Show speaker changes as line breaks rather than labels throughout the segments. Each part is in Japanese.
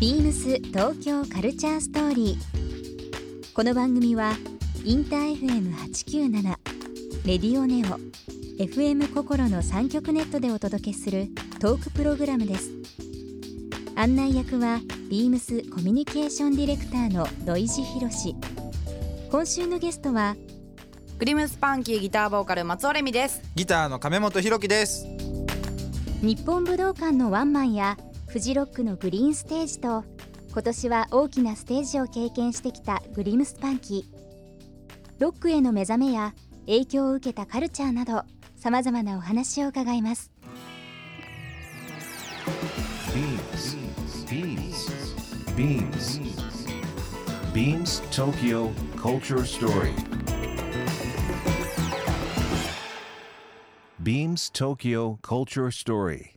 ビームス東京カルチャーストーリー。この番組はインター FM897 レディオネオ FM 心の三極ネットでお届けするトークプログラムです。案内役はビームスコミュニケーションディレクターの土井博志。今週のゲストは
クリムスパンキーギターボーカル松尾レミです
ギターの亀本ひろです
日本武道館のワンマンやフジロックのグリーンステージと今年は大きなステージを経験してきたグリムスパンキーロックへの目覚めや影響を受けたカルチャーなどさまざまなお話を伺います
ビームスビームスビームスビームス東京カルチャーストーリー Beams Tokyo Culture Story.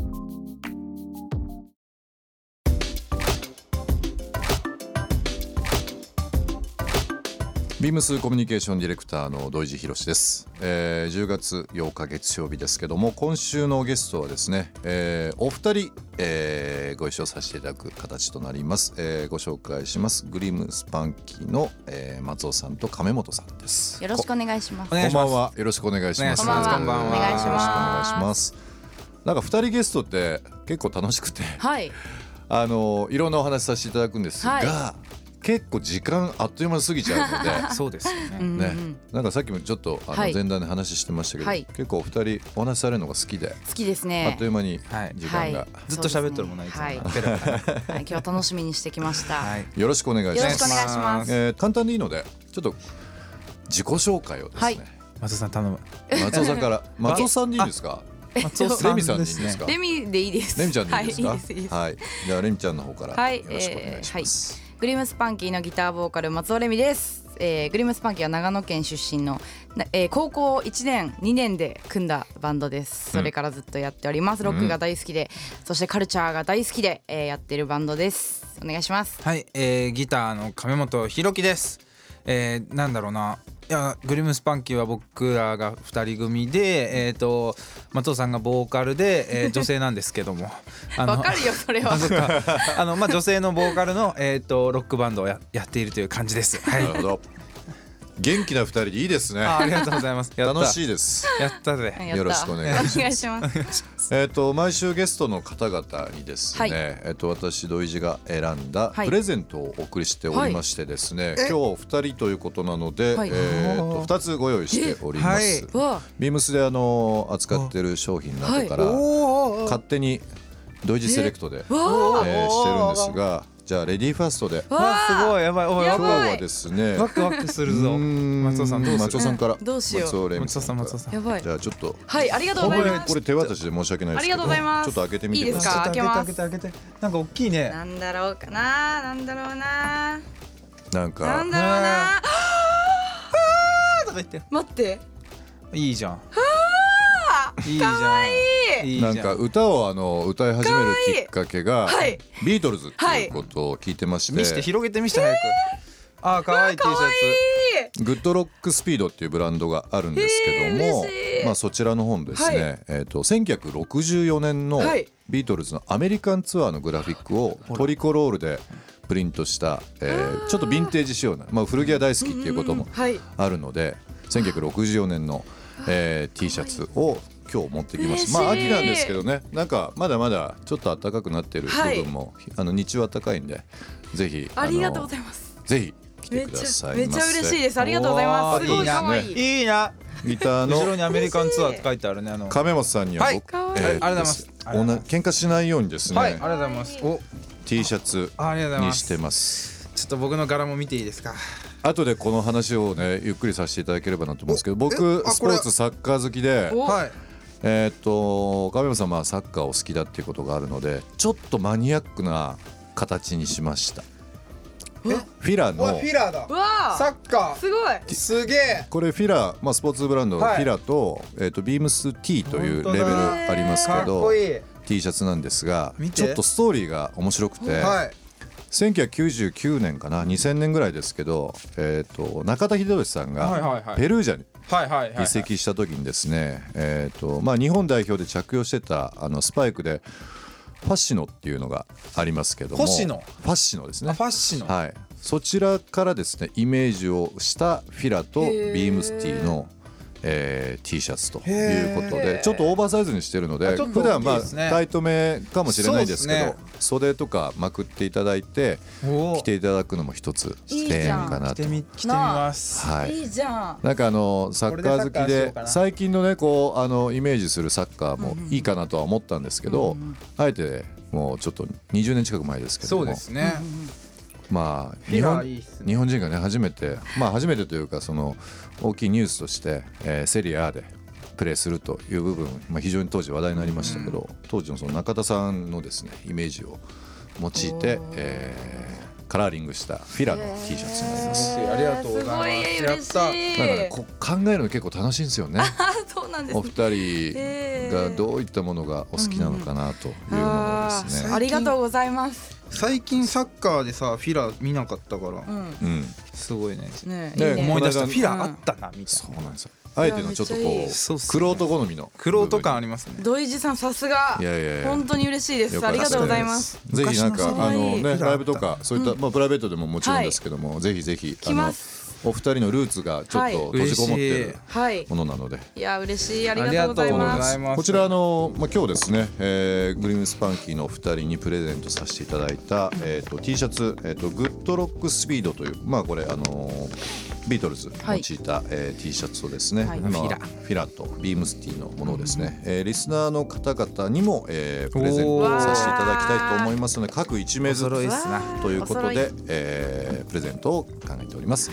ー
ビームスコミュニケーションディレクターの土井地博です、えー、10月8日月曜日ですけども今週のゲストはですね、えー、お二人、えー、ご一緒させていただく形となります、えー、ご紹介しますグリムスパンキーの、えー、松尾さんと亀本さんです
よろしくお願いします
こんばんは
よろしくお願いします
こんばんは
お願
いします
なんか二人ゲストって結構楽しくて
はい
あのいろんなお話させていただくんですが、はい結構時間あっという間に過ぎちゃうの
でそうですよね、うん、
うん、ねなんかさっきもちょっとあの前段で話してましたけど、はい、結構お二人お話しされるのが好きで
好きですね
あっという間に時間が、はい
ずっと喋ってるもんないつも、はい、
はい、今日楽しみにしてきました、はい、
よろしくお願いしますよろしくお願い
します、
えー、簡単でいいのでちょっと自己紹介をですね、
松尾さん頼む
松尾さん から松尾さんでいいですか松尾さんでいいですか
レミでいいです
レミちゃんでいいですかはいじゃレミちゃんの方からよろしくお願いします、
えーグリムスパンキーのギターボーカル松尾レミです、えー、グリムスパンキーは長野県出身の、えー、高校1年2年で組んだバンドですそれからずっとやっております、ロックが大好きで、うん、そしてカルチャーが大好きで、えー、やってるバンドですお願いします
はい、えー、ギターの亀本ひろです、えー、なんだろうないやグリムスパンキーは僕らが2人組で、えーと、と松尾さんがボーカルで、えー、 女性なんですけども
あの分かるよそれは
あの、まあ、女性のボーカルの、えーと、とロックバンドをややっているという感じです、はい、
なるほど元気な2人でいいですね
ありがとうございます
楽しいです
やったぜ
よろしくお願いしますえっと毎週ゲストの方々にですね、はい、えっと私土井地が選んだプレゼントをお送りしておりましてですね、はい、今日2人ということなので、はい、えー、と2つご用意しております、ビームスであの扱ってる商品などから勝手に土井地セレクトで、えー、えー、してるんですがじゃあレディーファーストで
わあすごいやばいお
い今日はですね
ワクワクするぞ松尾さんどう
松尾さんから
どうしよう松
尾レミ
松尾さん松尾さん
やばい
じゃあちょっと
はいありがとうございます
これ手渡しで申し訳ないです
けどありがとうございます
ちょっと開けてみて
いいですか開けます
開けて開けて開けてなんか大きいね
なんだろうかななんだろうな
なんか
なんだろうなあ
とか言って
待って
いいじゃん
いい かわい
いなんか歌をあの歌い始めるきっかけがビートルズっていうことを聞いてまして
見して広げて見して早くあーかわいい T シャ
ツグッドロックスピードっていうブランドがあるんですけどもまあそちらの本ですねえと1964年のビートルズのアメリカンツアーのグラフィックをトリコロールでプリントした、えー、ちょっとヴィンテージ仕様な、まあ、古着屋大好きっていうこともあるので、うんうん、1964年のえー、T シャツを今日持ってきましたまあ秋なんですけどねなんかまだまだちょっと暖かくなってる部分も、はい、あの日中暖かいんでぜひ
ありがとうございます
ぜひ来てください
めちゃ嬉しいですありがとうございますすごい可愛い
いいな
ギターの
後ろにアメリカンツアーって書いてあるねあの
亀本さんには僕、
はいえー、ありがとうございます
おな喧嘩しないようにですね
はいありがとうございますお
T シャツにしてます
ちょっと僕の柄も見ていいですか
後でこの話をねゆっくりさせていただければなと思うんですけど僕スポーツサッカー好きでえー、っと亀山さんはサッカーを好きだっていうことがあるのでちょっとマニアックな形にしましたフィラ
うわ
の
フィラーだ
うわ
サ
あ
ッカ
すごい
ーすげえ
これフィラ、まあ、スポーツブランドの
はい
フィラと,、えっとビームス T というレ
本
ベ
当
ル
だ
あります
か
け
っこ
ど
いい
T シャツなんですが
見て
ちょっとストーリーが面白くて、
はい
1999年かな2000年ぐらいですけど、えっと中田英寿さん
はいはいは
が
い
ペルージャに
はいはいはい、はい、
移籍した時にですね、えーとまあ、日本代表で着用してたあのスパイクでファッシノっていうのがありますけども
星野
ファッシノです
あ
ね
ファッシの、
はい、そちらからですねイメージをしたフィラとビームスティの、えー T シャツということでちょっとオーバーサイズにしてるので
あちょっと
普段
大き
まあ
いですね
タイトめかもしれないですけど
そうですね
袖とかまくっていただいて
おお
着ていただくのも一つ
いいじゃん
提案かな
着
と
て。み着てみます
はい
いいじゃん
なんかあのサッカー好き
これでサッカーしよう
で
かな
最近のねこうあのイメージするサッカーもいいかなとは思ったんですけど、あえてもうちょっと20年近く前ですけど
そ
も
うですね、
まあ
ィ
日
ラ
本
いいっすね
日本人がね初めてまあ初めてというかその大きいニュースとして、えーセリアでプレーするという部分、まあ、非常に当時話題になりましたけど、当時のその中田さんのですねイメージを用いて、えーカラーリングしたフィラの T シャツになります。
ありがとうございます
すごい嬉しい
だからこう考えるの結構楽しいんですよね。
あそうなんです
お
ね
二人がどういったものがお好きなのかなというものです
あ
ね。
ありがとうございます
最近サッカーでさフィラー見なかったから
うん
うん、
すごいね
ね
ね
いいね
思い出した
この間
フィラーあったなみたい
そ
な
うなんですよ。あえてのちょっと
いやめっちゃいいう
こ
っす
う
ね
クロート好みの
クロート感ありますね
土井寺さんさすが
いやいやいや
本当に嬉しいです
よか
あ
っ
り
たで
が
す
とうございます
ぜひなんか
昔の
あの
可愛
ね
い
ライブとかそういったまあプライベートでももちろんですけどもぜひぜひあ
来
の
ます
お二人のルーツがちょっ
はい
と閉じこもってる
はい
ものなので。
いや嬉しいありがとうござい
ありがとうござい
ま
ますす
こちらあの、まあ、今日ですね、えーグリムスパンキーのお二人にプレゼントさせていただいた、えー、と T シャツ、えーと「グッドロックスピード」という、まあ、これ、あのービートルズ用
はい
いた、えー T シャツをですね、
はい
今
フィラ
フィラとビームスティのものをですね、えーリスナーの方々にも、えープレゼン
お
ト
ー
させていただきたいと思いますので各1名ず
お揃いっ
つ
すな
ということ
お揃
で、えープレゼントを考えております。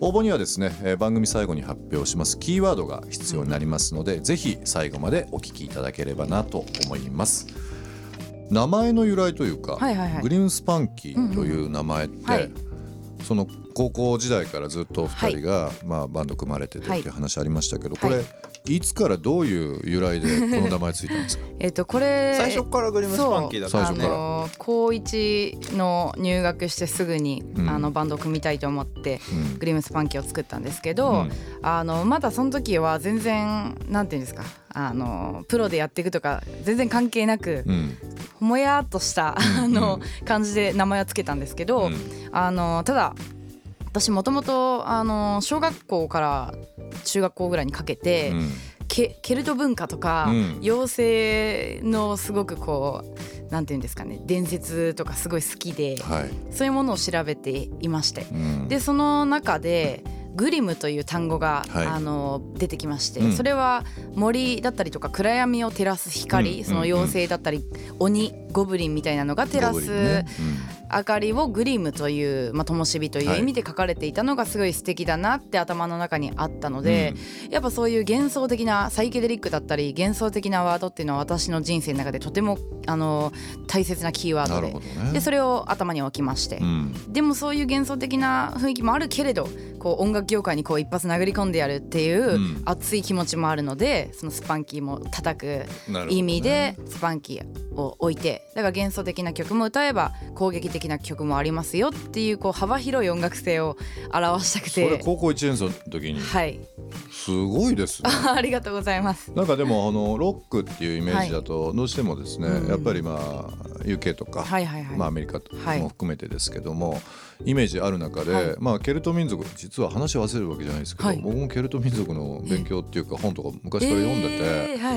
応募にはですね、えー番組最後に発表しますキーワードが必要になりますので、ぜひ最後までお聞きいただければなと思います名前の由来というか、
はいはいはい
グリーンスパンキーという名前って、
はい
その高校時代からずっとお二人が、まあ、バンド組まれててって
はい
いう話ありましたけど、
はい
これいつからどういう由来でこの名前ついたんですか
えっとこれ
最初からグリムスパンキーだった
そう最初から
あの高一の入学してすぐに、
うん
あのバンドを組みたいと思って、
うん
グリムスパンキーを作ったんですけど、
うん
あのまだその時は全然なんていうんですかあのプロでやっていくとか全然関係なく、
うん
もやっとした、あの感じで名前をつけたんですけど、
うん
あのただ私もともとあの小学校から中学校ぐらいにかけて、
うん
ケケルト文化とか、
うん
妖精のすごくこうなんていうんですかね伝説とかすごい好きで、
はい
そういうものを調べていまして、
うん
でその中でグリムという単語が、
はい
あの出てきまして、
うん
それは森だったりとか暗闇を照らす光、
うん
その妖精だったり、鬼ゴブリンみたいなのが照ら
ゴブリ
す、
ンね
明かりをグリムという、まあ、灯火という意味で書かれていたのがすごい素敵だなって頭の中にあったので、やっぱそういう幻想的なサイケデリックだったり幻想的なワードっていうのは私の人生の中でとてもあの大切なキーワ
うん
ー
な
ドで,、
るほどね
でそれを頭に置きまして、
うん
でもそういう幻想的な雰囲気もあるけれどこう音楽業界にこう一発殴り込んでやるってい
うん
う熱い気持ちもあるのでそのスパンキーも叩く
なるほどね
意味でスパンキーを置いてだから幻想的な曲も歌えば攻撃的な曲もありますよっていうこう幅広い音楽性を表したく
それ
て。
高校1年生の時に
はい
すごいですね
ありがとうございます。
なんかでもあのロックっていうイメージだとどうしてもですね、
うん
やっぱりまあ UK とか、
はいはいはい
まあ、アメリカ
はい
も含めてですけども、イメージある中で、
はい
まあ、ケルト民族実は話を忘れるわけじゃないですけど、
はい
僕もケルト民族の勉強っていうか本とか昔から読んでて。
えーは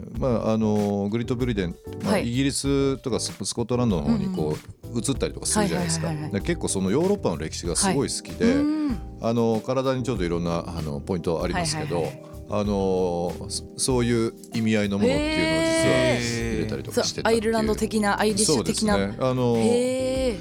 い、
で、まあ、あのグリッド・ブリデン、まあ
はい
イギリスとかススコットランドの方にこう、移ったりとかするじゃないですか、
はいはいはいはい
で結構そのヨーロッパの歴史がすごい好きで、
うん
あの体にちょっといろんなあのポイントありますけど、
はいはい
あのそそういう意味合いのものっていうのを実は
へ
ー
入れたりと
そう
かしてたっ
ア
ていう
イルランド的なアイリッシ
そう
ュ
です
的な、
ねあの
へえ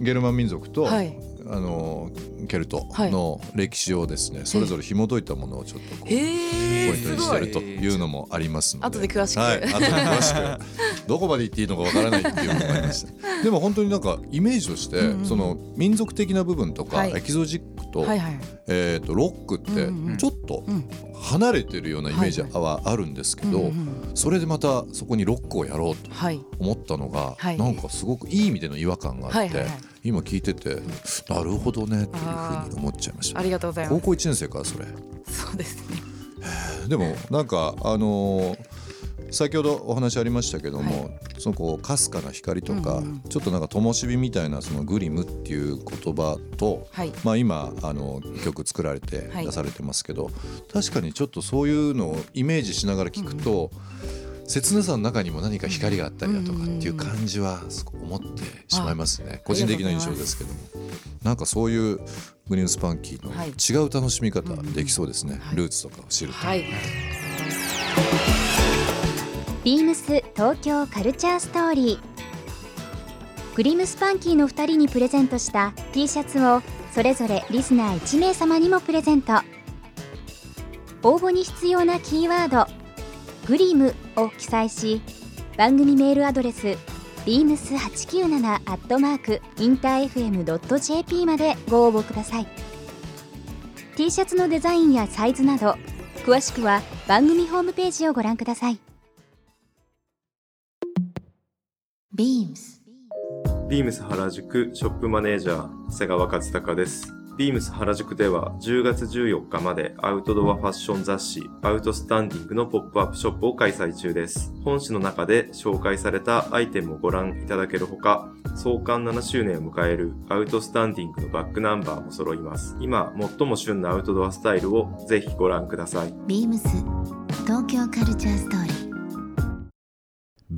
ゲルマン民族と、
はい
あのケルトの歴史をですね、それぞれ紐解いたものをちょっとこう。
へ
ポ
え
イント
す
にして
ごい
るというのもありますので、
後で詳しく
はい、後で詳しくどこまで行っていいのかわからないっていうのがありましたでも本当になんかイメージとして、
うんうん
その民族的な部分とか、
はい
エキゾチックと,、
はいはい
えー、とロックって
うんうん
ちょっと
うん
離れてるようなイメージ
はい
はあるんですけど、
うんうんうん
それでまたそこにロックをやろうと
はい
思ったのが、
はい
なんかすごくいい意味での違和感があって、
はいはいはい
今聞いててなるほどねっていうふうに思っちゃいました
あ。りがとうございま
高
す
校1年生からそれ
そうですね
でもなんかあのー先ほどお話ありましたけども、
は
そのこうかすかな光とか、
うんうん
ちょっとなんか灯火みたいなそのグリムっていう言葉と、
はい
まあ今あの曲作られて
はい
出されてますけど、確かにちょっとそういうのをイメージしながら聞くと、切なさの中にも何か光があったりだとかっていう感じはすごく思ってしまいますね、個人的な印象ですけどもなんかそういうグリーンスパンキー
はい
の違う楽しみ方できそうですね、
はい
ルーツとかを知ると。
はい
ビームス東京カルチャーストーリーグリムスパンキーの2人にプレゼントした T シャツをそれぞれリスナー1名様にもプレゼント応募に必要なキーワード「グリム」を記載し番組メールアドレス beams897-interfm.jp までご応募ください T シャツのデザインやサイズなど詳しくは番組ホームページをご覧ください
Beams
ビームス原宿ショップマネージャー瀬川勝孝です。ビームス原宿では10月14日までアウトドアファッション雑誌アウトスタンディングのポップアップショップを開催中です。本誌の中で紹介されたアイテムをご覧いただけるほか、創刊7周年を迎えるアウトスタンディングのバックナンバーも揃います。今、最も旬なアウトドアスタイルをぜひご覧ください。
Beams 東京カルチャーストーリー